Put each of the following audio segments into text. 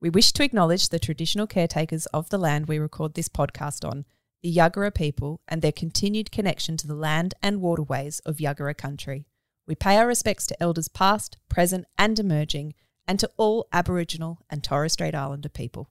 We wish to acknowledge the traditional caretakers of the land we record this podcast on, the Yuggera people, and their continued connection to the land and waterways of Yuggera country. We pay our respects to elders past, present, and emerging, and to all Aboriginal and Torres Strait Islander people.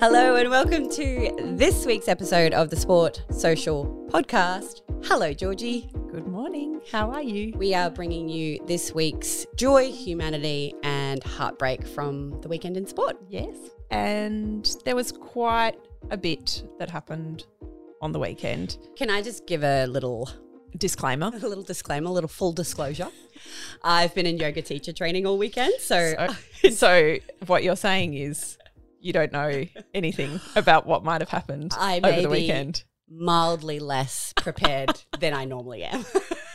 Hello and welcome to this week's episode of the Sport Social Podcast. Hello, Georgie. Good morning. How are you? We are bringing you this week's joy, humanity, and heartbreak from the weekend in sport. Yes. And there was quite a bit that happened on the weekend. Can I just give a little, Disclaimer. a little disclaimer, a little full disclosure? I've been in yoga teacher training all weekend, so So, so what you're saying is you don't know anything about what might have happened I over the maybe- weekend. mildly less prepared than I normally am.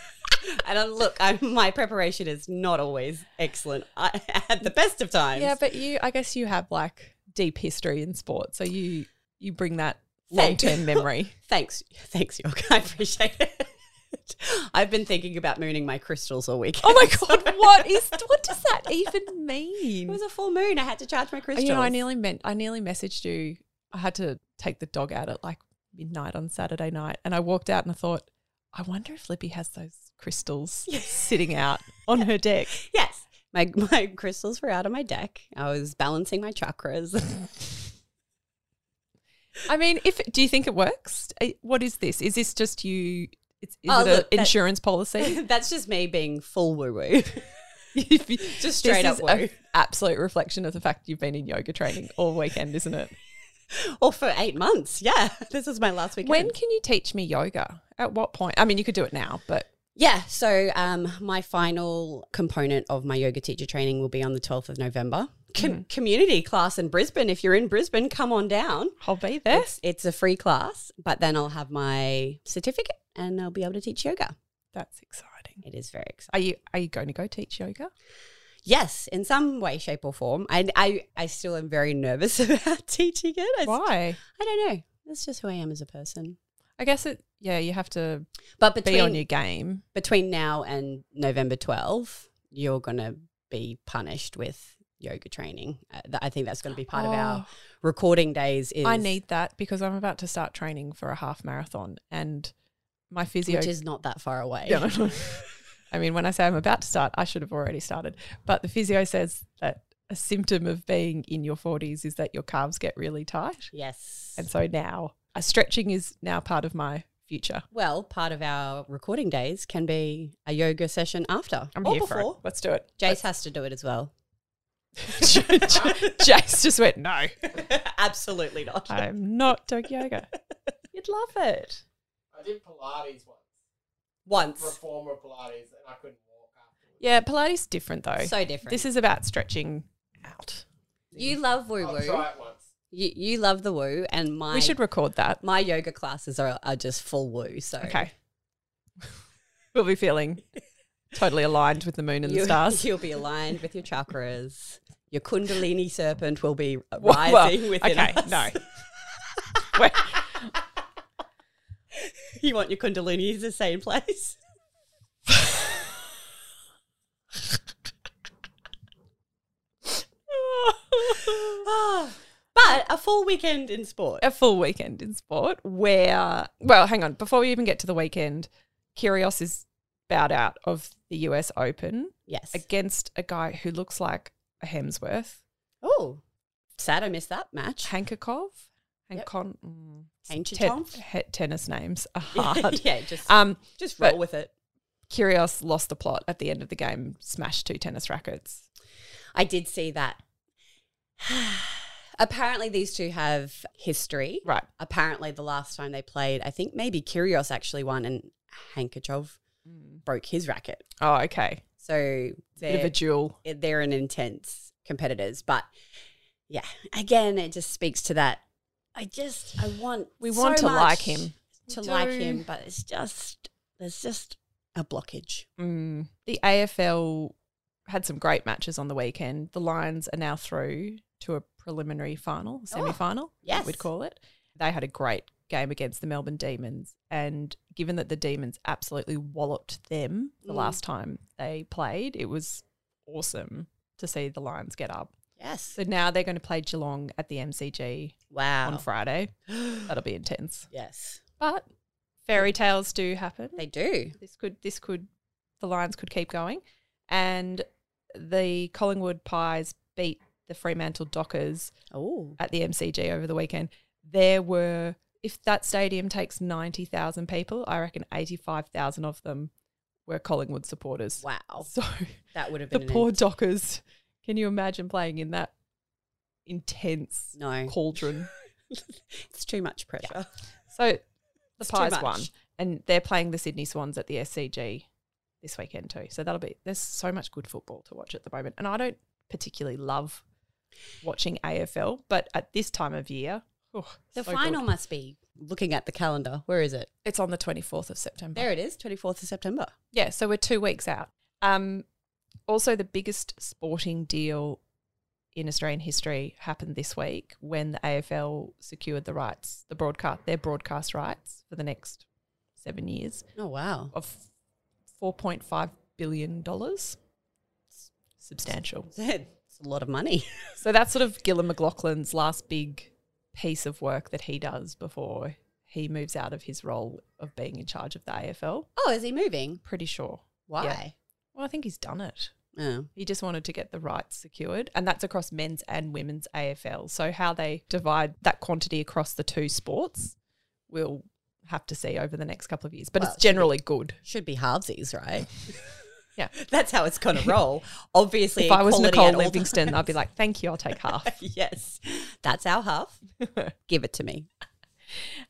and I, look, I, my preparation is not always excellent I, at the best of times. Yeah, but you, I guess you have like deep history in sport, so you you bring that long term Thanks. memory. Thanks, thanks, York. I appreciate it. I've been thinking about mooning my crystals all week. Oh my god, what is what does that even mean? It was a full moon. I had to charge my crystals. you know, I nearly meant I nearly messaged you. I had to take the dog out at like midnight on Saturday night, and I walked out and I thought, I wonder if Libby has those crystals sitting out on her deck. yes, my my crystals were out of my deck. I was balancing my chakras. I mean, if do you think it works? Uh, What is this? Is this just you? It's, is Oh, it look, an that- insurance policy? That's just me being full woo woo. Just straight this up is a woo. absolute reflection of the fact you've been in yoga training all weekend, isn't it? Or for eight months. Yeah, this was my last weekend. When can you teach me yoga? At what point? I mean, you could do it now, but Yeah, so um, my final component of my yoga teacher training will be on the 12th of November. Com- Mm-hmm. Community class in Brisbane. If you're in Brisbane, come on down. I'll be there. It's, it's a free class, but then I'll have my certificate and I'll be able to teach yoga. That's exciting. It is very exciting. Are you are you going to go teach yoga? Yes, in some way, shape, or form. I, I, I still am very nervous about teaching it. I, s- Why? I don't know. That's just who I am as a person. I guess it. Yeah, you have to But be on between, your game. between now and November 12th, you're going to be punished with yoga training. Uh, th- I think that's going to be part of our recording days. Is, Oh, I need that because I'm about to start training for a half marathon, and my physio which is not that far away. Yeah, I know. I mean, when I say I'm about to start, I should have already started. But the physio says that a symptom of being in your 40s is that your calves get really tight. Yes. And so now uh, stretching is now part of my future. Well, part of our recording days can be a yoga session after I'm or here for it. before. Let's do it. Jace has to do it as well. Jace just went, no, Absolutely not. I'm not doing yoga. You'd love it. I did Pilates Once. once, reformer Pilates, and I couldn't walk afterwards. Yeah, Pilates different though. So different. This is about stretching out. you love woo I'll woo. try it once. You, you love the woo, and my we should record that. my yoga classes are, are just full woo. So Okay. we'll be feeling totally aligned with the moon and the stars. You'll be aligned with your chakras. Your kundalini serpent will be Well, rising well, within okay, us. no. Wait, You want your kundalini to stay in place. Ah, but a full weekend in sport. a full weekend in sport where, well, hang on, before we even get to the weekend, Kyrgios is bowed out of the US Open Yes. against a guy who looks like a Hemsworth, Oh, sad I missed that match. Hankakov, Yep. Hankon. mm, Ancient ten- he- tennis names are hard. yeah, just um, just but- roll with it. Kyrgios lost the plot at the end of the game, smashed two tennis rackets. I did see that. Apparently, these two have history. Right. Apparently, the last time they played, I think maybe Kyrgios actually won, and Hankachov broke his racket. Oh, okay. So Bit of a they're duel. they're an intense competitors, but yeah, again, it just speaks to that. I just I want We so want to much like him. to We like do. him, but it's just there's just a blockage. Mm. The AFL had some great matches on the weekend. The Lions are now through to a preliminary final, semi final, yes. we'd call it. They had a great game against the Melbourne Demons. And given that the Demons absolutely walloped them the Mm. last time they played, it was awesome to see the Lions get up. Yes. So now they're going to play Geelong at the MCG Wow. on Friday. That'll be intense. yes. But fairy tales do happen. They do. This could this could the Lions could keep going, and the Collingwood Pies beat the Fremantle Dockers Oh. at the MCG over the weekend. There were if that stadium takes ninety thousand people, I reckon eighty five thousand of them were Collingwood supporters. Wow. So That would have the been an poor Dockers, can you imagine playing in that intense in- No. cauldron? It's too much pressure. So the It's too Pies much. won, and they're playing the Sydney Swans at the SCG this weekend too. So that'll be there's so much good football to watch at the moment, and I don't particularly love watching AFL, but at this time of year, oh, The so final good. must be looking at the calendar. Where is it? it's on the 24th of September. There it is, 24th of September. Yeah, so we're two weeks out. Um, also, the biggest sporting deal in Australian history happened this week when the AFL secured the rights, the broadcast, their broadcast rights for the next seven years. Oh, wow. of four point five billion dollars. Substantial. It's a lot of money. So that's sort of Gillan McLaughlin's last big piece of work that he does before he moves out of his role of being in charge of the AFL. Oh, is he moving? Pretty sure. Why? Well, I think he's done it. Oh. He just wanted to get the rights secured, and that's across men's and women's AFL. So how they divide that quantity across the two sports, we'll have to see over the next couple of years. But Well, it should it's be- generally good. Should be halvesies, right? Yeah. That's how it's going to roll. Obviously, If I was equality Nicole at all Livingston, I'd be like, "Thank you, I'll take half." times. yes. That's our half. Give it to me.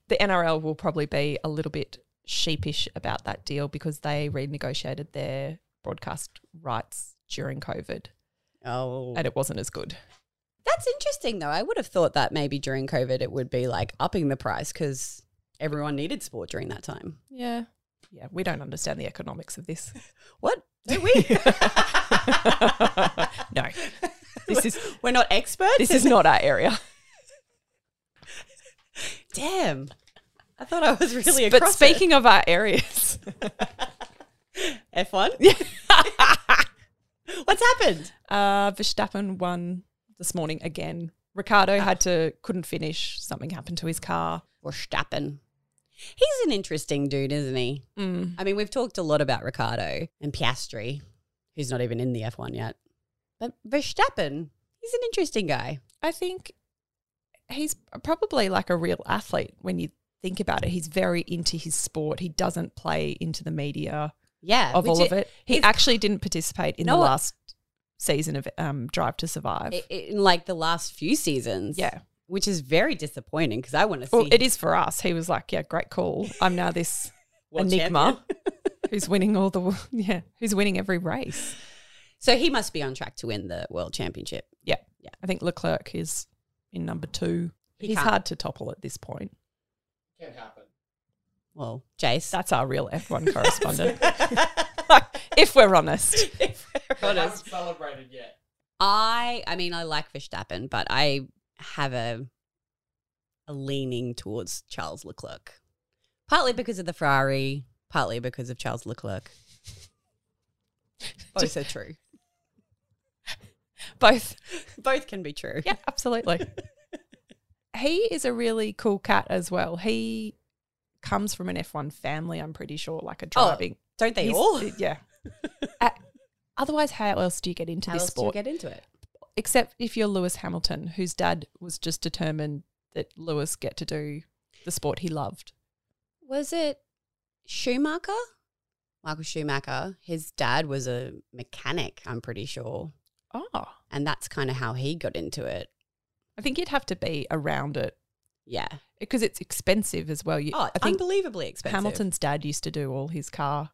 the NRL will probably be a little bit sheepish about that deal because they renegotiated their broadcast rights during COVID Oh. and it wasn't as good. That's interesting, though. I would have thought that maybe during COVID it would be like upping the price because everyone needed sport during that time. Yeah. Yeah, we don't understand the economics of this. What? Do we? No. This is We're not experts. this is not our area. Damn. I thought I was really but across it. speaking of our areas, F1. What's happened? uh Verstappen won this morning again. Ricardo had to couldn't finish. Something happened to his car. Verstappen. He's an interesting dude, isn't he? Mm. I mean, we've talked a lot about Ricardo and Piastri, who's not even in the F1 yet. But Verstappen, he's an interesting guy. I think he's probably like a real athlete when you think about it. He's very into his sport. He doesn't play into the media Yeah. of which all i- of it. He is- actually didn't participate in No, the I- last season of um, Drive to Survive. i- In like the last few seasons. yeah. Which is very disappointing because I want to see. Well, it is for us. He was like, yeah, great call. I'm now this World enigma who's winning all the, yeah, who's winning every race. So he must be on track to win the world championship. Yeah. Yeah. I think Leclerc is in number two. He He's can't- hard to topple at this point. Can happen. Well, Jace. That's our real F1 correspondent. if we're honest. If we're I honest. haven't celebrated yet. I I mean I like Verstappen, but I have a a leaning towards Charles Leclerc. Partly because of the Ferrari, partly because of Charles Leclerc. Both are true. Both Both can be true. Yeah, absolutely. he is a really cool cat as well. He comes from an F1 family, I'm pretty sure, like a Oh, driving. Don't they he's- all? Yeah. Uh, otherwise, how else do you get into How this else do you sport? get into it? Except if you're Lewis Hamilton, whose dad was just determined that Lewis get to do the sport he loved. Was it Schumacher? Michael Schumacher. His dad was a mechanic, I'm pretty sure. Oh. And that's kind of how he got into it. I think you'd have to be around it Yeah. because it's expensive as well. You, Oh, I think unbelievably expensive. Hamilton's dad used to do all his car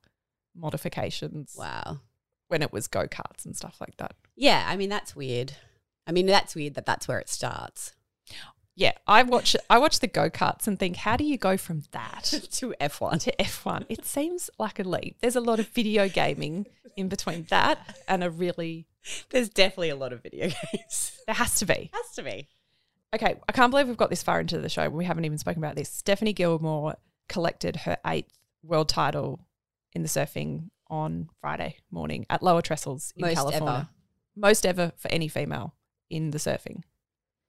modifications Wow. when it was go karts and stuff like that. Yeah, I mean that's weird. I mean that's weird that that's where it starts Yeah, I watch I watch the go karts and think, how do you go from that to F one. to F one? It seems like a leap. There's a lot of video gaming in between that and a really There's definitely a lot of video games. there has to be. Has to be. Okay, I can't believe we've got this far into the show. and We haven't even spoken about this. Stephanie Gilmore collected her eighth world title in the surfing on Friday morning at Lower Trestles in Most California. ever. most ever for any female in the surfing.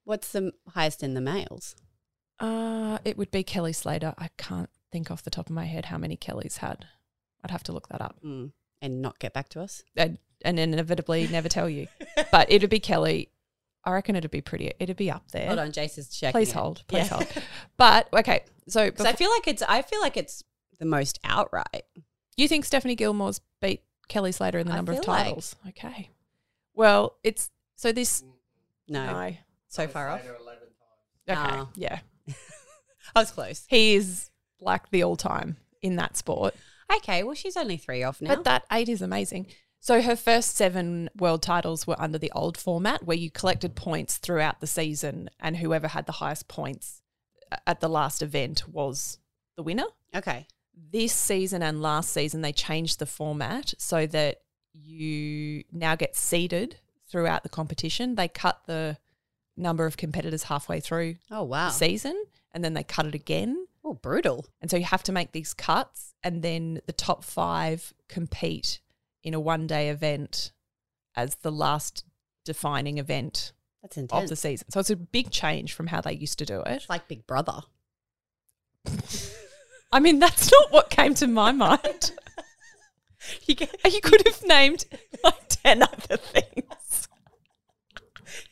What's the m- highest in the males? Uh, it would be Kelly Slater. I can't think off the top of my head how many Kellys had. I'd have to look that up Mm. And not get back to us? and, and inevitably never tell you. but it'd be Kelly. I reckon it'd be pretty. It'd be up there. Hold on, Jace is checking. Please it. hold. Please Yeah. hold. But okay, so 'Cause I feel like it's I feel like it's the most outright. You think Stephanie Gilmore's beat Kelly Slater in the I number of feel like- titles? Okay. Well, it's so this. No, No. so far off. Later, 11 times. Okay. Ah. Yeah. I was close. He is like the all time in that sport. Okay, well she's only three off now. But that eight is amazing. So her first seven world titles were under the old format where you collected points throughout the season and whoever had the highest points a- at the last event was the winner. okay, this season and last season they changed the format so that you now get seeded throughout the competition. They cut the number of competitors halfway through oh wow, the season and then they cut it again. oh brutal. And so you have to make these cuts and then the top 5 compete in a one-day event as the last defining event That's of intense. the season. So it's a big change from how they used to do it. It's like Big Brother. I mean, that's not what came to my mind. You get, You could have named like 10 other things.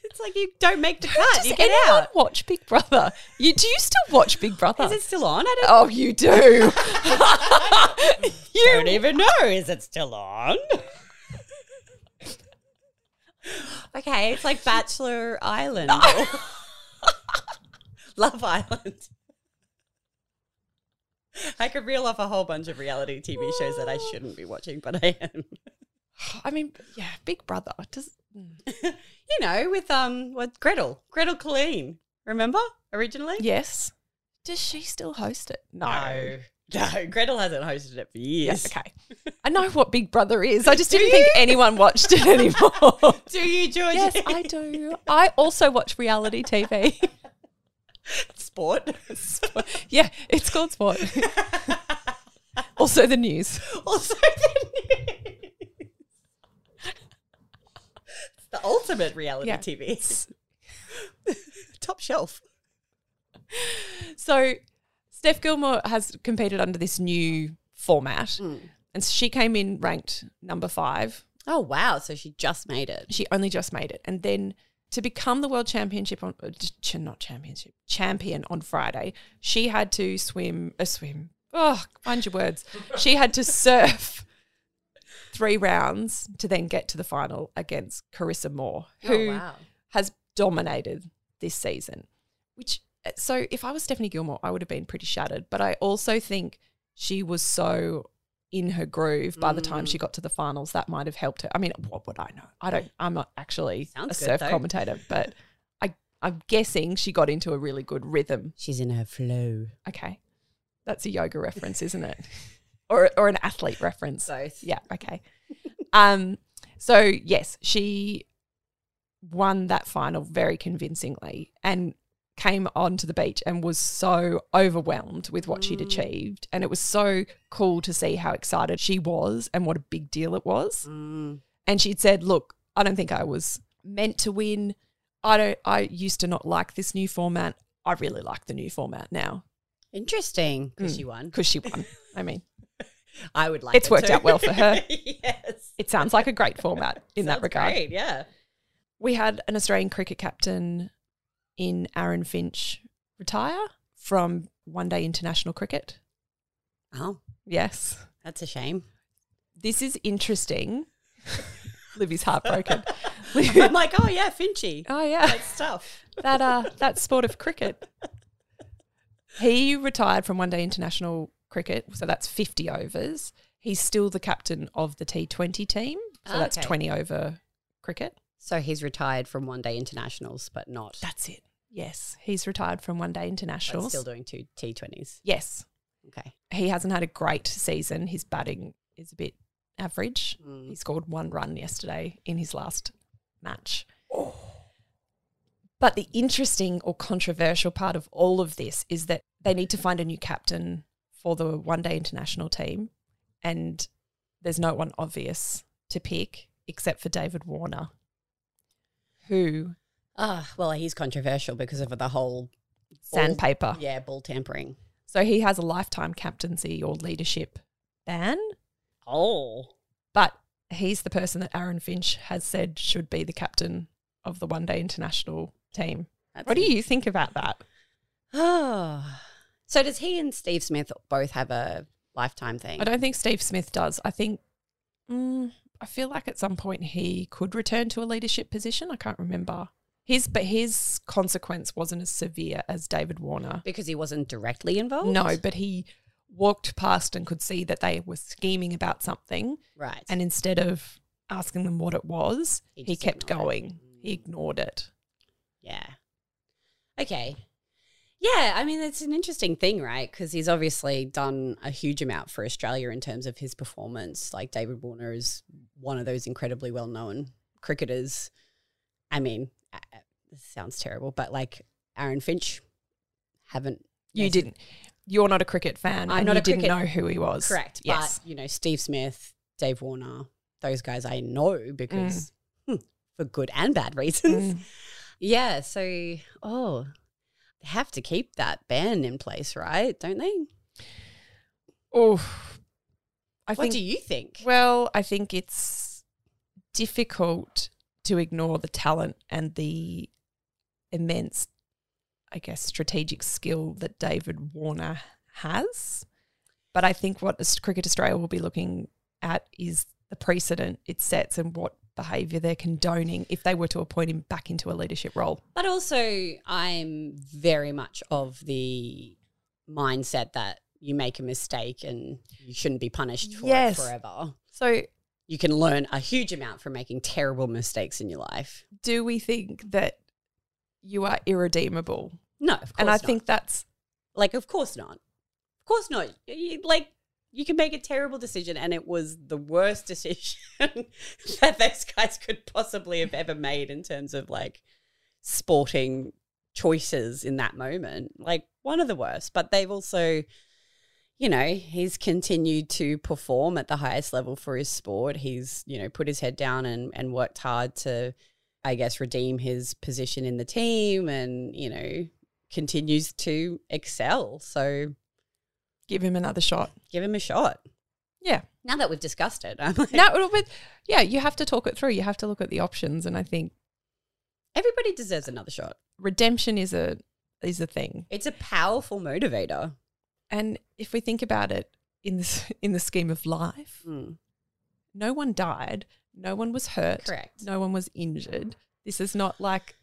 it's like you don't make the cut, Does you get anyone out. watch Big Brother? You do you still watch Big Brother? Is it still on? I don't, oh, you do. don't even know. Is it still on? okay, it's like Bachelor Island, or Love Island. I could reel off a whole bunch of reality TV shows that I shouldn't be watching, but I am. I mean, yeah, Big Brother. Does You know, with um, with Gretel, Gretel Colleen. Remember originally? yes. Does she still host it? No. No, no. Gretel hasn't hosted it for Yeah, years. okay. I know what Big Brother is. I just didn't think anyone watched it anymore. Do you, Georgie? yes, I do. I also watch reality TV. Sport. yeah, it's called sport. also the news. also the news. It's the ultimate reality Yeah. TV. Top shelf. So Steph Gilmore has competed under this new format. Mm. And she came in ranked number five. Oh wow! So she just made it. She only just made it. And then to become the world championship on uh, ch- not championship champion on Friday, she had to swim a swim. Oh, find your words. She had to surf three rounds to then get to the final against Carissa Moore, Oh, who has dominated this season. Which uh, so if I was Stephanie Gilmore, I would have been pretty shattered. But I also think she was so in her groove by the time Mm. she got to the finals that might have helped her. I mean, what would I know? I don't. I'm not actually Sounds a good, surf though. commentator, but I I'm guessing she got into a really good rhythm. She's in her flow. Okay, that's a yoga reference, isn't it? or or an athlete reference. Both. Yeah. Okay. um. So yes, she won that final very convincingly and came onto the beach and was so overwhelmed with what she'd Mm. achieved and it was so cool to see how excited she was and what a big deal it was Mm. and she'd said look i don't think i was meant to win i don't i used to not like this new format i really like the new format now Interesting. Because Mm. she won. because she won i mean I would like. It's it worked too. out well for her. yes. it sounds like a great format in that Sounds regard great, yeah. we had an Australian cricket captain in Aaron Finch retire from one day international cricket. Oh, Yes. that's a shame. This is interesting. Livy's heartbroken. I'm like, oh yeah, Finchy. oh yeah. That's tough. That uh that sport of cricket. He retired from one day international cricket, so that's 50 overs. He's still the captain of the T20 team, so Ah, that's okay. 20 over cricket. So he's retired from one day internationals, but not That's it. Yes, he's retired from one day but internationals. still doing two T20s. yes. Okay. he hasn't had a great season. His batting is a bit average. Mm. He scored one run yesterday in his last match. But the interesting or controversial part of all of this is that they need to find a new captain for the one day international team. And there's no one obvious to pick except for David Warner. who Ah, well, he's controversial because of the whole sandpaper. yeah ball tampering. So he has a lifetime captaincy or leadership ban, Oh, but he's the person that Aaron Finch has said should be the captain of the one day international team. that's What do you think about that? Oh, so does he and Steve Smith both have a lifetime thing? I don't think Steve Smith does. I think, mm, I feel like at some point he could return to a leadership position. I can't remember his, but his consequence wasn't as severe as David Warner. because he wasn't directly involved. No, but he walked past and could see that they were scheming about something, right. and instead of asking them what it was, He he, just kept ignored it. going. He ignored it. yeah. Okay. Yeah, I mean it's an interesting thing, right? Because he's obviously done a huge amount for Australia in terms of his performance. Like David Warner is one of those incredibly well-known cricketers. I mean, uh, uh, this sounds terrible, but like Aaron Finch, haven't You didn't. You're not a cricket fan, I'm and not you a didn't cricket- know who he was. Correct. Yes. But, you know, Steve Smith, Dave Warner, those guys I know because hmm, for good and bad reasons. Mm. Yeah. So, oh, they have to keep that ban in place, right? Don't they? Oof. I what do you think? Well, I think it's difficult to ignore the talent and the immense, I guess, strategic skill that David Warner has. But I think what Aus- Cricket Australia will be looking at is the precedent it sets and what behaviour they're condoning if they were to appoint him back into a leadership role. But also, I'm very much of the mindset that you make a mistake and you shouldn't be punished for Yes. it forever. So, You can learn a huge amount from making terrible mistakes in your life. do we think that you are irredeemable? No, of course And I not. think that's Like, of course not. Of course not. You- you- Like, you can make a terrible decision, and it was the worst decision that those guys could possibly have ever made in terms of like sporting choices in that moment. Like, one of the worst. But they've also, you know, he's continued to perform at the highest level for his sport. He's, you know, put his head down and, and worked hard to, I guess, redeem his position in the team and, you know, continues to excel. So give him another shot. give him a shot. Yeah. Now that we've discussed it, I'm like, no, well, but yeah, you have to talk it through. You have to look at the options, and I think everybody deserves another shot. redemption is a is a thing. It's a powerful motivator. And if we think about it in this in the scheme of life, Hmm. no one died, no one was hurt, Correct. no one was injured. This is not like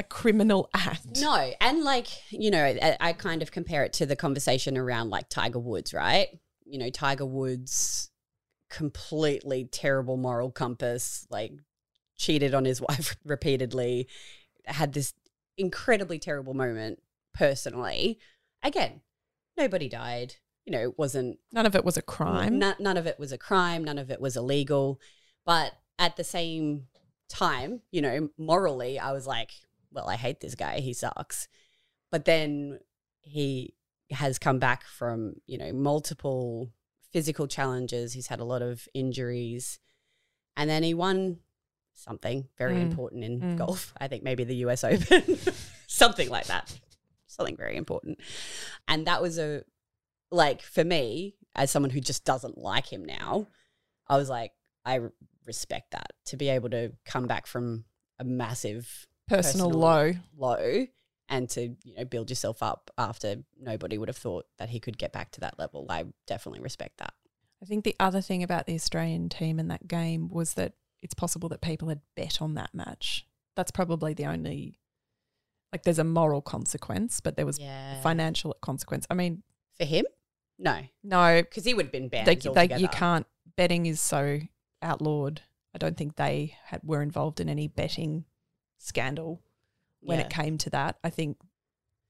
a criminal act. No, and like, you know, I, I kind of compare it to the conversation around like Tiger Woods, right? You know, Tiger Woods, completely terrible moral compass, like cheated on his wife repeatedly, had this incredibly terrible moment personally. Again, nobody died. You know, it wasn't none of it was a crime. None, none of it was a crime. None of it was illegal. But at the same time, you know, morally, I was like, well, I hate this guy. He sucks. But then he has come back from, you know, multiple physical challenges. He's had a lot of injuries. And then he won something very Mm. important in Mm. golf. I think maybe the US Open, something like that. Something very important. And that was a, like for me as someone who just doesn't like him now i was like i r- respect that to be able to come back from a massive Personal, personal- low. low and to you know build yourself up after nobody would have thought that he could get back to that level i definitely respect that I think the other thing about the Australian team in that game was that it's possible that people had bet on that match. That's probably the only like there's a moral consequence, but there was yeah financial consequence. I mean, for him no no, because he would have been banned they, they, altogether. you can't. Betting is so outlawed. I don't think they had, were involved in any betting scandal when Yeah. it came to that. I think,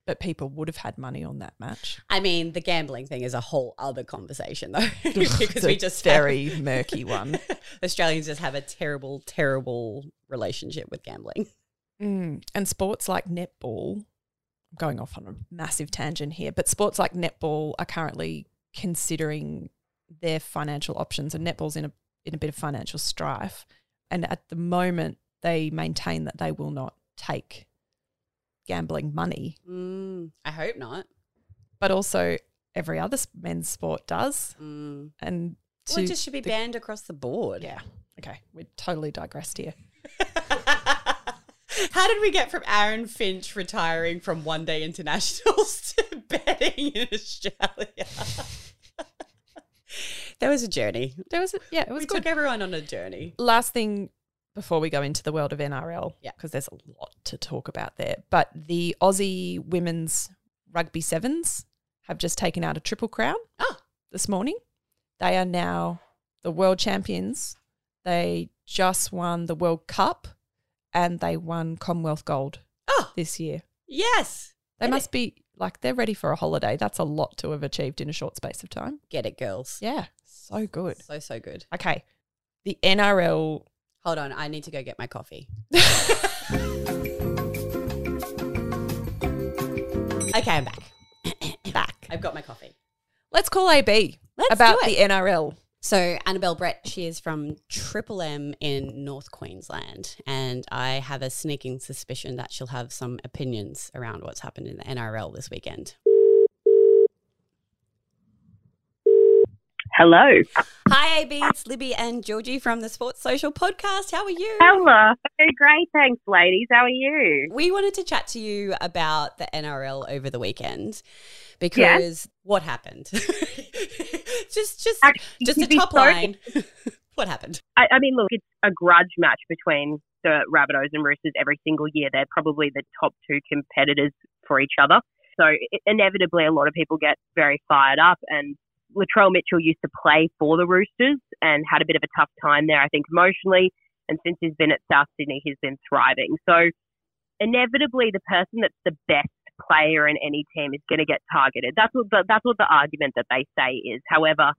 but people would have had money on that match. i mean the gambling thing is a whole other conversation though because It's we a just have- very murky one. australians just have a terrible terrible relationship with gambling Mm. And sports like netball, I'm going off on a massive tangent here, but sports like netball are currently considering their financial options, and netball's in a in a bit of financial strife. And at the moment, they maintain that they will not take gambling money, Mm, I hope not. but also every other s- men's sport does. Mm. And to, Well, it just should be the- banned across the board. yeah, okay, we totally digressed here. How did we get from Aaron Finch retiring from one day internationals to betting in Australia? that was a journey. There was, a, yeah, it was We good. took everyone on a journey. last thing before we go into the world of NRL, Yeah. because there's a lot to talk about there. But the Aussie women's rugby sevens have just taken out a triple crown Ah. this morning. They are now the world champions. They just won the World Cup and they won Commonwealth Gold Oh, this year. yes. They And must be like they're ready for a holiday. That's a lot to have achieved in a short space of time. Get it, girls. Yeah, so good. So, so good. Okay, the NRL Hold on. I need to go get my coffee. okay, I'm back. back. I've got my coffee. Let's call AB Let's about do the NRL. So Annabelle Brett, she is from Triple M in North Queensland, and I have a sneaking suspicion that she'll have some opinions around what's happened in the NRL this weekend. Hello. Hi, AB, it's Libby and Georgie from the Sports Social Podcast. How are you? Hello. Great. Thanks, ladies. How are you? We wanted to chat to you about the NRL over the weekend because Yeah. what happened? just, just, Actually, just to a be top fair, line. what happened? I, I mean, look, it's a grudge match between the Rabbitohs and Roosters every single year. They're probably the top two competitors for each other. So i- inevitably, a lot of people get very fired up. And Latrell Mitchell used to play for the Roosters and had a bit of a tough time there, I think, emotionally. And since he's been at South Sydney, he's been thriving. So inevitably, the person that's the best player in any team is going to get targeted. That's what the, that's what the argument that they say is. However,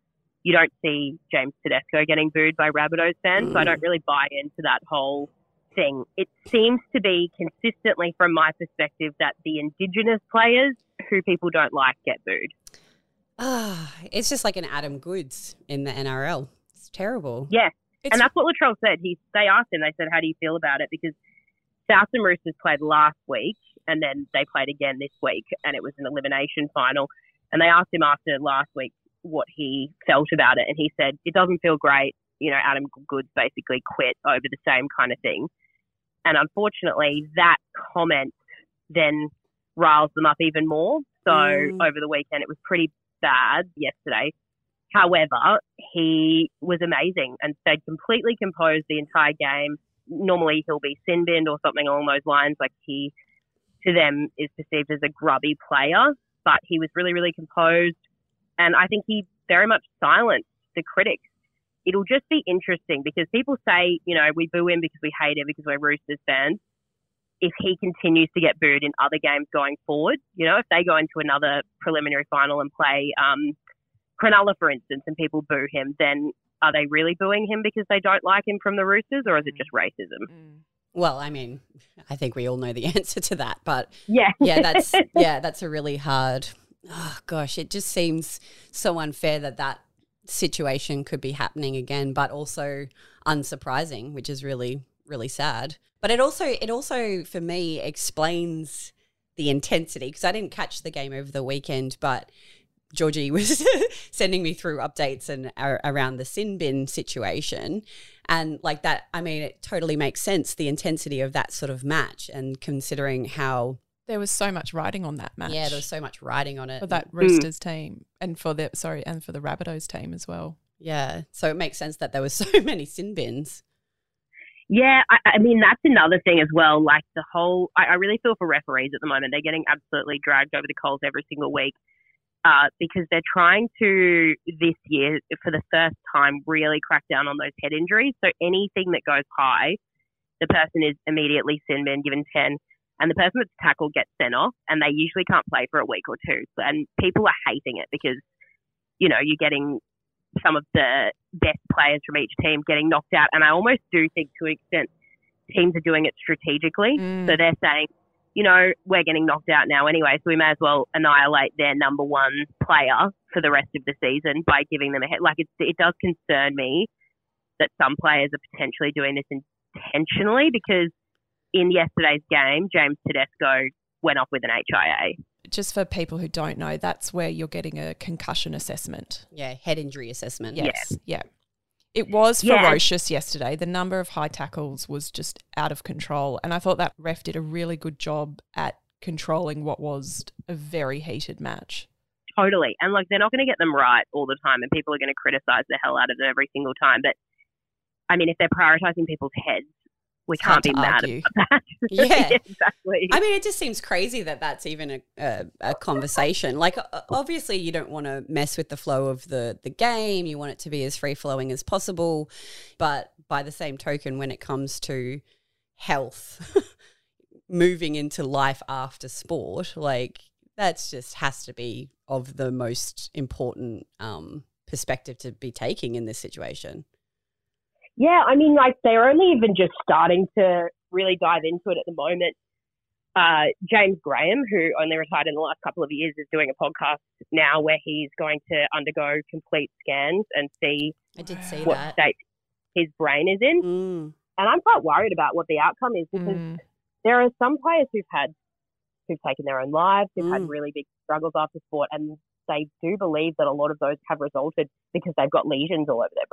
you don't see James Tedesco getting booed by Rabbitohs fans, so I don't really buy into that whole thing. It seems to be consistently, from my perspective, that the Indigenous players who people don't like get booed. Ah, it's just like an Adam Goods in the NRL. It's terrible. Yes, It's and that's what Latrell said. He they asked him, they said, "How do you feel about it?" Because South and Roosters played last week, and then they played again this week, and it was an elimination final. And they asked him after last week what he felt about it, and he said, "It doesn't feel great." You know, Adam Goods basically quit over the same kind of thing, and unfortunately, that comment then riles them up even more. So Mm. over the weekend, it was pretty bad yesterday. However, he was amazing and stayed completely composed the entire game. Normally, he'll be sin binned or something along those lines. Like he, to them, is perceived as a grubby player, but he was really, really composed. And I think he very much silenced the critics. It'll just be interesting because people say, you know, we boo him because we hate him because we're Roosters fans. If he continues to get booed in other games going forward, you know, if they go into another preliminary final and play um, Cronulla, for instance, and people boo him, then are they really booing him because they don't like him from the Roosters, or is it just racism? Well, I mean, I think we all know the answer to that, but Yeah, yeah, that's yeah, that's a really hard. Oh gosh, it just seems so unfair that that situation could be happening again, but also unsurprising, which is really really sad. But it also it also for me explains the intensity because I didn't catch the game over the weekend, but Georgie was sending me through updates and ar- around the sin bin situation. And like that, I mean, it totally makes sense the intensity of that sort of match and considering how There was so much writing on that match. yeah, there was so much writing on it. for that Roosters team and for the sorry and for the Rabbitohs team as well. yeah, so it makes sense that there were so many sin bins. Yeah, I, I mean that's another thing as well. Like the whole, I, I really feel for referees at the moment. They're getting absolutely dragged over the coals every single week uh, because they're trying to this year for the first time really crack down on those head injuries. So anything that goes high, the person is immediately sin bin given ten, and the person that's tackled gets sent off, and they usually can't play for a week or two. And people are hating it because you know you're getting some of the best players from each team getting knocked out. And I almost do think to an extent teams are doing it strategically. Mm. So they're saying, you know, we're getting knocked out now anyway, so we may as well annihilate their number one player for the rest of the season by giving them a hit. Like it, it does concern me that some players are potentially doing this in intentionally because in yesterday's game, James Tedesco went off with an HIA. Just for people who don't know, that's where you're getting a concussion assessment. Yeah, head injury assessment. Yes. Yeah. It was Yeah. ferocious yesterday. The number of high tackles was just out of control. And I thought that ref did a really good job at controlling what was a very heated match. Totally. And like they're not going to get them right all the time and people are going to criticize the hell out of them every single time. But I mean, if they're prioritizing people's heads, we It's hard can't be to mad argue. about that. Yeah. exactly. I mean, it just seems crazy that that's even a, a, a conversation. Like, o- obviously, you don't want to mess with the flow of the, the game. You want it to be as free flowing as possible. But by the same token, when it comes to health, moving into life after sport, like, that's just has to be of the most important um, perspective to be taking in this situation. Yeah, I mean, like they're only even just starting to really dive into it at the moment. Uh, James Graham, who only retired in the last couple of years, is doing a podcast now where he's going to undergo complete scans and see I did see what that. state his brain is in. Mm. And I'm quite worried about what the outcome is because Mm. there are some players who've had who've taken their own lives, who've Mm. had really big struggles after sport, and they do believe that a lot of those have resulted because they've got lesions all over their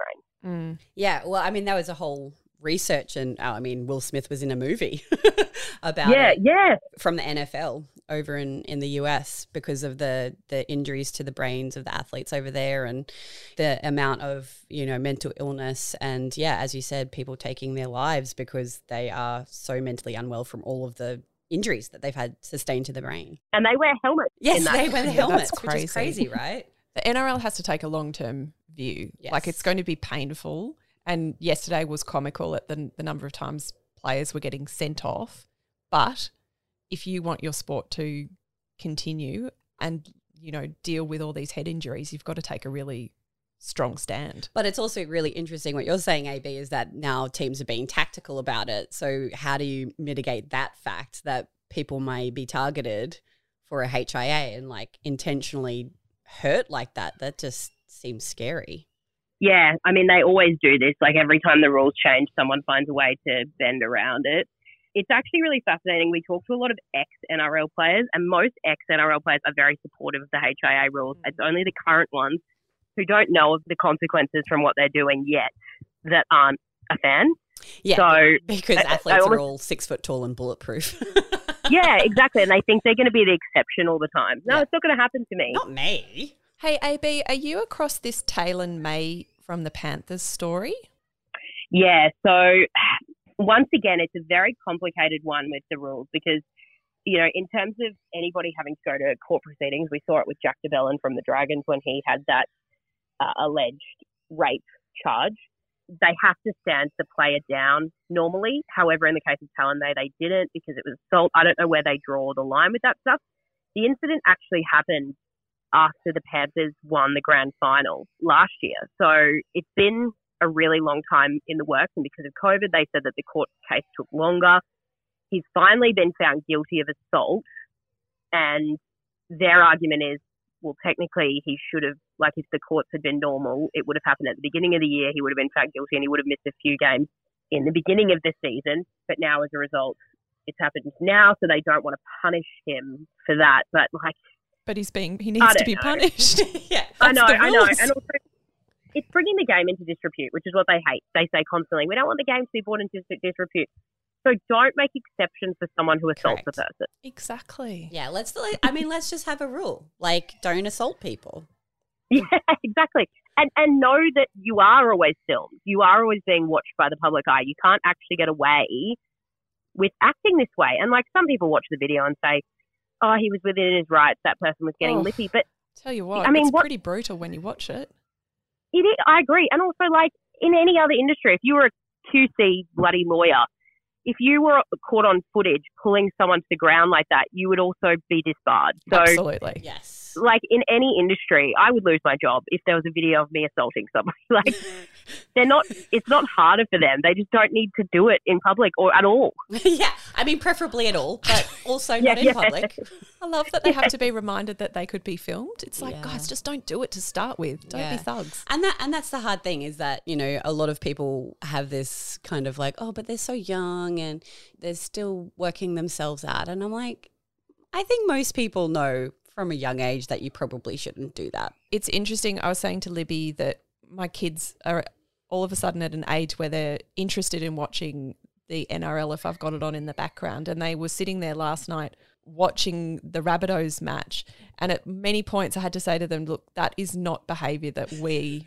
brain. Mm. Yeah, well, I mean, that was a whole research, and oh, I mean, Will Smith was in a movie about yeah, it yeah, from the NFL over in, in the US because of the the injuries to the brains of the athletes over there, and the amount of you know mental illness, and yeah, as you said, people taking their lives because they are so mentally unwell from all of the injuries that they've had sustained to the brain. and they wear helmets. Yes, in that they wear the Yeah, that's helmets, which is crazy. crazy, right? The NRL has to take a long term view. Like Yes. it's going to be painful. And yesterday was comical at the, the number of times players were getting sent off. But if you want your sport to continue and, you know, deal with all these head injuries, you've got to take a really strong stand. But it's also really interesting what you're saying, AB, is that now teams are being tactical about it. So how do you mitigate that fact that people may be targeted for a HIA and like intentionally hurt like that? That just seems scary. Yeah, I mean, they always do this. Like every time the rules change, someone finds a way to bend around it. It's actually really fascinating. We talk to a lot of ex NRL players, and most ex NRL players are very supportive of the HIA rules. It's Mm. only the current ones who don't know of the consequences from what they're doing yet that aren't a fan. Yeah. So, because I- I athletes are almost- all six foot tall and bulletproof. yeah, exactly. And they think they're going to be the exception all the time. No, Yeah. it's not going to happen to me. Not me. Hey, AB, are you across this Taylor May from the Panthers story? Yeah, so once again, it's a very complicated one with the rules because, you know, in terms of anybody having to go to court proceedings, we saw it with Jack DeBellin from the Dragons when he had that uh, alleged rape charge. They have to stand the player down normally. However, in the case of Talon May, they didn't because it was assault. I don't know where they draw the line with that stuff. The incident actually happened after the Panthers won the grand final last year. So it's been a really long time in the works, and because of COVID, they said that the court case took longer. He's finally been found guilty of assault, and their argument is, well, technically he should have, like, if the courts had been normal, it would have happened at the beginning of the year. He would have been found guilty, and he would have missed a few games in the beginning of the season. But now, as a result, it's happened now, so they don't want to punish him for that. But like. But he's being, he needs to don't be know. punished. yeah. I That's know, the I know. rules. And also, it's bringing the game into disrepute, which is what they hate. They say constantly, we don't want the game to be brought into dis- disrepute. So don't make exceptions for someone who assaults a Correct. person. Exactly. Yeah. Let's, I mean, let's just have a rule like, don't assault people. Yeah, exactly. And and know that you are always filmed. You are always being watched by the public eye. You can't actually get away with acting this way. And like some people watch the video and say, "Oh, he was within his rights. That person was getting Oh. lippy." But Tell you what, I mean, it's what- pretty brutal when you watch it. It is. I agree. And also, like in any other industry, if you were a QC bloody lawyer, if you were caught on footage pulling someone to the ground like that, you would also be disbarred. So, Absolutely. Yes. like in any industry, I would lose my job if there was a video of me assaulting somebody. Like they're not. It's not harder for them. They just don't need to do it in public or at all. yeah, I mean, preferably at all, but also Yeah, not in yeah. public. I love that they have to be reminded that they could be filmed. It's like, Yeah. guys, just don't do it to start with. Don't Yeah. be thugs. And that and that's the hard thing is that you know a lot of people have this kind of like oh but they're so young and they're still working themselves out and I'm like I think most people know from a young age that you probably shouldn't do that. It's interesting. I was saying to Libby that my kids are all of a sudden at an age where they're interested in watching the NRL if I've got it on in the background. And they were sitting there last night watching the Rabbitohs match. And at many points, I had to say to them, look, that is not behavior that we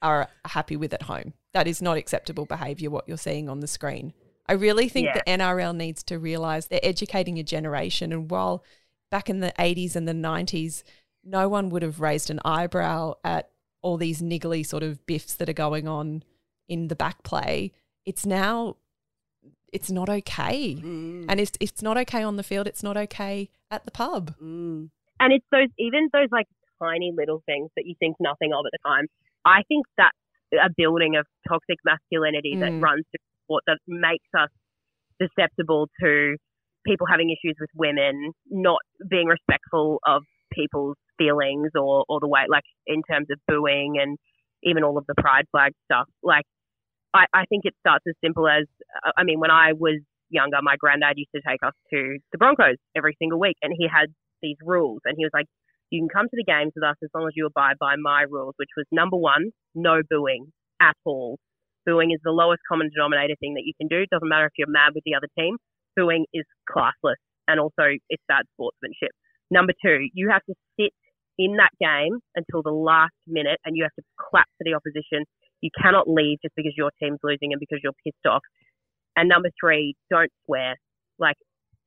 are happy with at home. That is not acceptable behavior, what you're seeing on the screen. I really think Yeah. the NRL needs to realize they're educating a generation. And while back in the 80s and the 90s, no one would have raised an eyebrow at all these niggly sort of biffs that are going on in the back play. It's now, it's not okay. And it's, it's not okay on the field. It's not okay at the pub. Mm. And it's those even those like tiny little things that you think nothing of at the time. I think that's a building of toxic masculinity that Mm. runs through sport that makes us susceptible to people having issues with women, not being respectful of people's feelings or, or the way like in terms of booing and even all of the pride flag stuff. Like I, I think it starts as simple as I- I mean, when I was younger, my granddad used to take us to the Broncos every single week and he had these rules. And he was like, you can come to the games with us as long as you abide by my rules, which was number one, no booing at all. Booing is the lowest common denominator thing that you can do. It doesn't matter if you're mad with the other team. Booing is classless and also it's bad sportsmanship. Number two, you have to sit in that game until the last minute and you have to clap for the opposition. You cannot leave just because your team's losing and because you're pissed off. And number three, don't swear. Like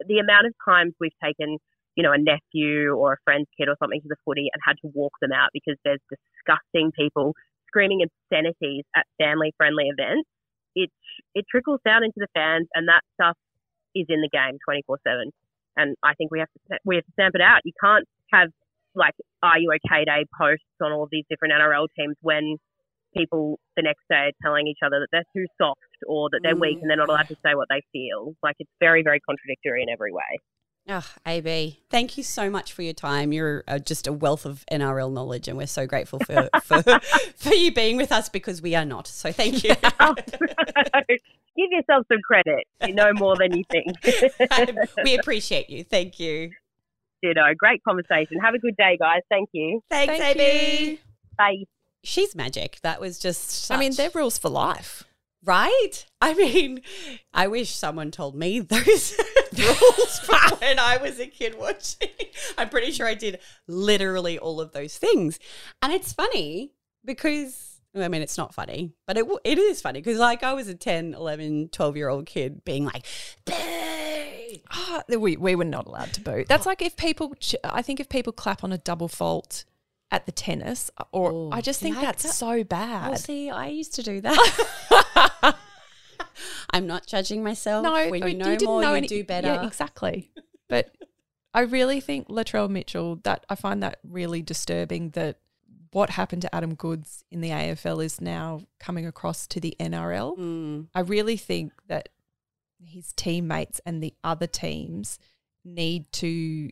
the amount of times we've taken you know, a nephew or a friend's kid or something to the footy and had to walk them out because there's disgusting people screaming obscenities at family friendly events. It it trickles down into the fans, and that stuff is in the game 24 seven. And I think we have to we have to stamp it out. You can't have like "Are you okay?" day posts on all of these different NRL teams when people the next day are telling each other that they're too soft or that they're weak Mm. and they're not allowed to say what they feel. Like it's very very contradictory in every way. Oh, AB, thank you so much for your time. You're uh, just a wealth of NRL knowledge, and we're so grateful for, for for you being with us because we are not. So thank you. Oh. Give yourself some credit. You know more than you think. we appreciate you. Thank you. Ditto. Great conversation. Have a good day, guys. Thank you. Thanks, Thank AB. you. Bye. She's magic. That was just. I mean, such- they're rules for life. Right? I mean, I wish someone told me those rules from when I was a kid watching. I'm pretty sure I did literally all of those things. And it's funny because, I mean, it's not funny, but it, w- it is funny because, like, I was a 10, 11, 12 year old kid being like, boo. Ah, we, we were not allowed to boo. That's like if people, ch- I think if people clap on a double fault at the tennis, or Ooh. I just See, think I that's don't- so bad. Oh, see, I used to do that. I'm not judging myself. no, when but you know more, you do better. Yeah, exactly. But I really think Latrell Mitchell. That I find that really disturbing. That what happened to Adam Goods in the AFL is now coming across to the NRL. Mm, I really think that his teammates and the other teams need to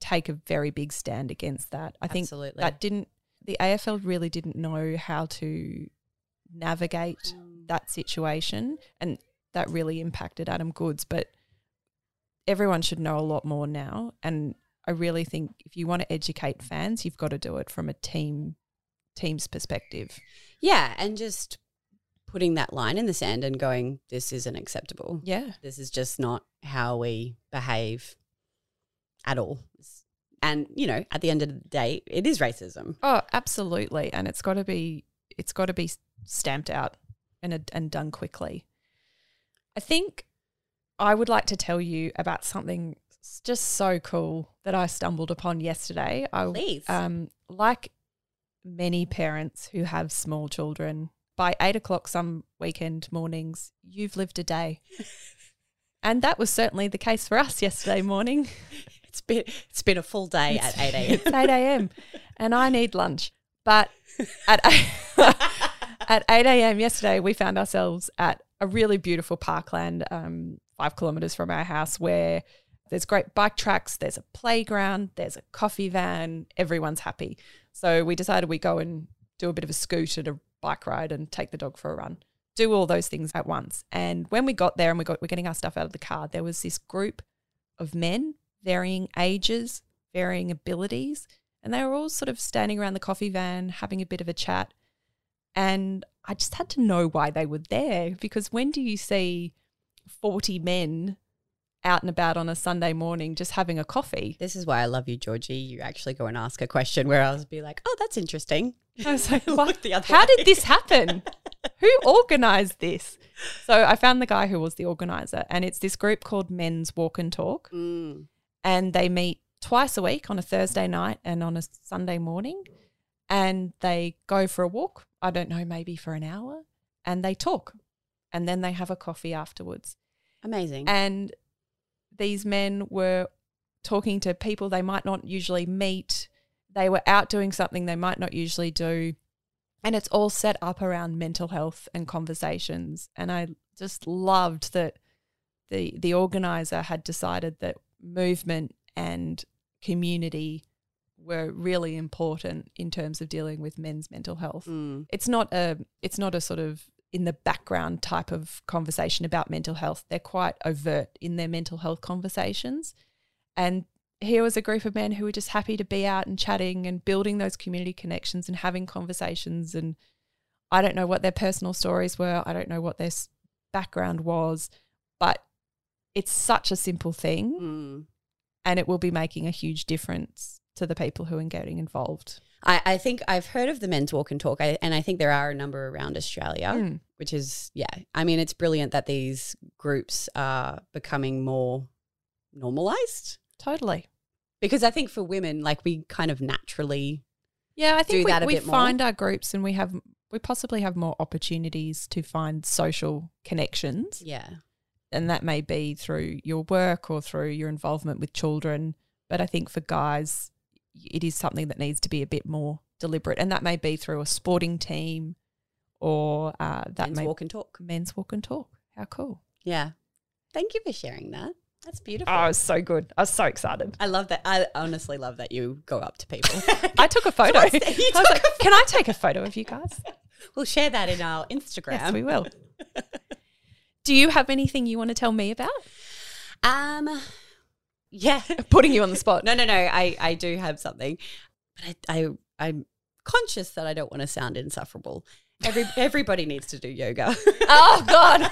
take a very big stand against that. I think absolutely. that didn't the AFL really didn't know how to navigate that situation and that really impacted Adam Goods, but everyone should know a lot more now and I really think if you want to educate fans, you've got to do it from a team team's perspective. Yeah, and just putting that line in the sand and going, this isn't acceptable. Yeah. This is just not how we behave at all. And, you know, at the end of the day, it is racism. Oh, absolutely, and it's got to be it's got to be stamped out and and done quickly. I think I would like to tell you about something s- just so cool that I stumbled upon yesterday. I Please. um like many parents who have small children. By eight o'clock some weekend mornings, you've lived a day. And that was certainly the case for us yesterday morning. It's been it's been a full day at eight AM. It's 8 a.m. and I need lunch. But at, at 8 a.m. yesterday, we found ourselves at a really beautiful parkland, um, five kilometers from our house, where there's great bike tracks, there's a playground, there's a coffee van, everyone's happy. So we decided we go and do a bit of a scoot and a bike ride and take the dog for a run. Do all those things at once. And when we got there and we got we're getting our stuff out of the car, there was this group of men, varying ages, varying abilities, and they were all sort of standing around the coffee van having a bit of a chat. And I just had to know why they were there because when do you see 40 men out and about on a Sunday morning just having a coffee? This is why I love you, Georgie. You actually go and ask a question where I'll be like, "Oh, that's interesting." I was like, Look "What? the other How way." did this happen? Who organized this? So I found the guy who was the organizer, and it's this group called Men's Walk and Talk, Mm. and they meet twice a week on a Thursday night and on a Sunday morning, and they go for a walk. I don't know, maybe for an hour, and they talk, and then they have a coffee afterwards. Amazing. And these men were talking to people they might not usually meet. They were out doing something they might not usually do. And it's all set up around mental health and conversations. And I just loved that the the organizer had decided that movement and community were really important in terms of dealing with men's mental health Mm. it's not a it's not a sort of in the background type of conversation about mental health. They're quite overt in their mental health conversations. And here was a group of men who were just happy to be out and chatting and building those community connections and having conversations. And I don't know what their personal stories were. I don't know what their s- background was, but it's such a simple thing Mm. and it will be making a huge difference to the people who are getting involved. I, I think I've heard of the men's walk and talk, I, and I think there are a number around Australia. Mm. which is yeah i mean it's brilliant that these groups are becoming more normalized Totally. because i think for women like we kind of naturally Yeah, I think do we, that a we bit more. find our groups and we have we possibly have more opportunities to find social connections, yeah and that may be through your work or through your involvement with children. But I think for guys, it is something that needs to be a bit more deliberate, and that may be through a sporting team or uh, that men's may walk and talk men's walk and talk. How cool! yeah thank you for sharing that that's beautiful Oh, it was so good. I was so excited. i love that i honestly love that you go up to people I took a photo. I You was took like, "Can I take a photo of you guys?" we'll share that in our instagram Yes, we will. Do you have anything you want to tell me about? um yeah Putting you on the spot. no no no i i do have something but i, I i'm conscious that i don't want to sound insufferable Every, everybody needs to do yoga Oh God.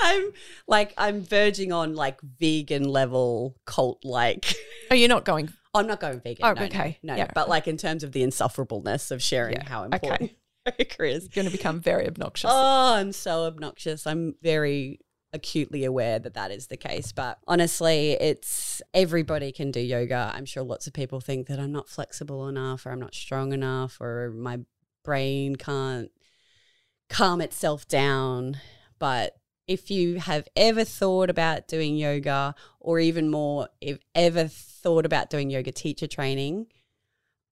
I'm like I'm verging on like vegan level cult like. Oh, you're not going. I'm not going vegan. Oh, no, no, okay. No, Yeah. but like in terms of the insufferableness of sharing Yeah, how okay. important yoga is. You're going to become very obnoxious. Oh, I'm so obnoxious. I'm very acutely aware that that is the case. But honestly, it's everybody can do yoga. I'm sure lots of people think that I'm not flexible enough or I'm not strong enough or my brain can't calm itself down. But if you have ever thought about doing yoga or even more, if ever thought about doing yoga teacher training,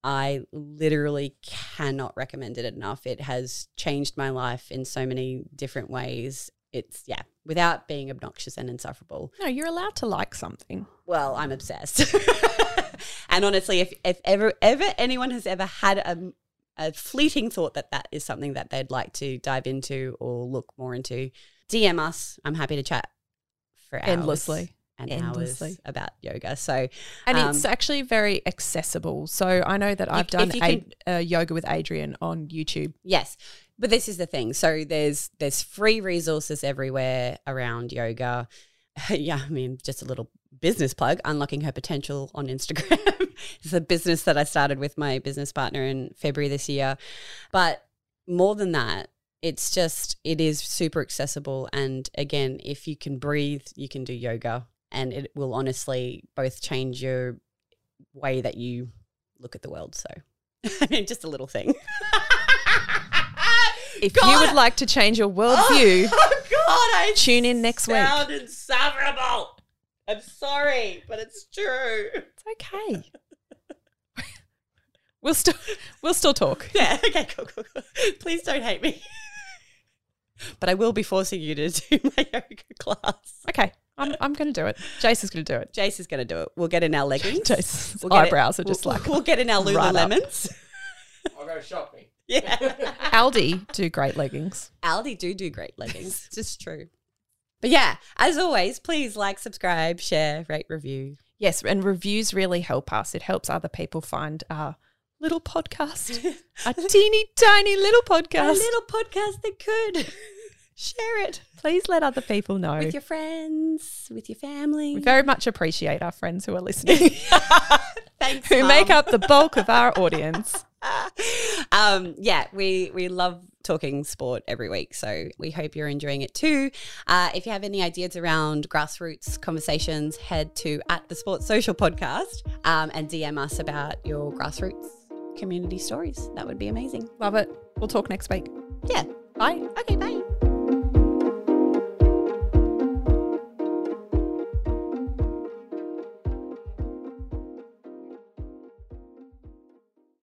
I literally cannot recommend it enough. It has changed my life in so many different ways. It's, yeah, without being obnoxious and insufferable. No, you're allowed to like something. Well, I'm obsessed. and honestly, if, if ever, ever anyone has ever had a, a fleeting thought that that is something that they'd like to dive into or look more into, DM us. I'm happy to chat for hours Endlessly. and Endlessly. hours about yoga. So, And Um, it's actually very accessible. So I know that I've if done you a, uh, yoga with Adrian on YouTube. Yes. But this is the thing. So there's there's free resources everywhere around yoga. yeah, I mean, just a little business plug, unlocking her potential on Instagram. it's a business that I started with my business partner in February this year. But more than that, it's just it is super accessible and again, if you can breathe, you can do yoga and it will honestly both change your way that you look at the world. So, I mean, just a little thing. If you God. would like to change your Oh, worldview, Oh God! I tune in next week. Sound insufferable. I'm sorry, but it's true. It's okay. We'll still we'll still talk. Yeah. Okay. Cool. Cool. Cool. Please don't hate me. But I will be forcing you to do my yoga class. Okay. I'm I'm gonna do it. Jace is gonna do it. Jace is going to do it. We'll get in our leggings. Jace's We'll get it. eyebrows are just we'll, like we'll get in our right up. Lululemons. I'll go shopping. Yeah. Aldi do great leggings. Aldi do do great leggings. It's just true. But yeah, as always, please like, subscribe, share, rate, review. Yes, and reviews really help us. It helps other people find our little podcast. a teeny tiny little A podcast. little podcast that could share it Please let other people know. with your friends, with your family. we very much appreciate our friends who are listening, Thanks, who Mum. make up the bulk of our audience. um, yeah, we we love talking sport every week, so we hope you're enjoying it too. Uh, if you have any ideas around grassroots conversations, head to at the Sports Social Podcast um, and DM us about your grassroots community stories. That would be amazing. Love it. We'll talk next week. Yeah. Bye. Okay. Bye.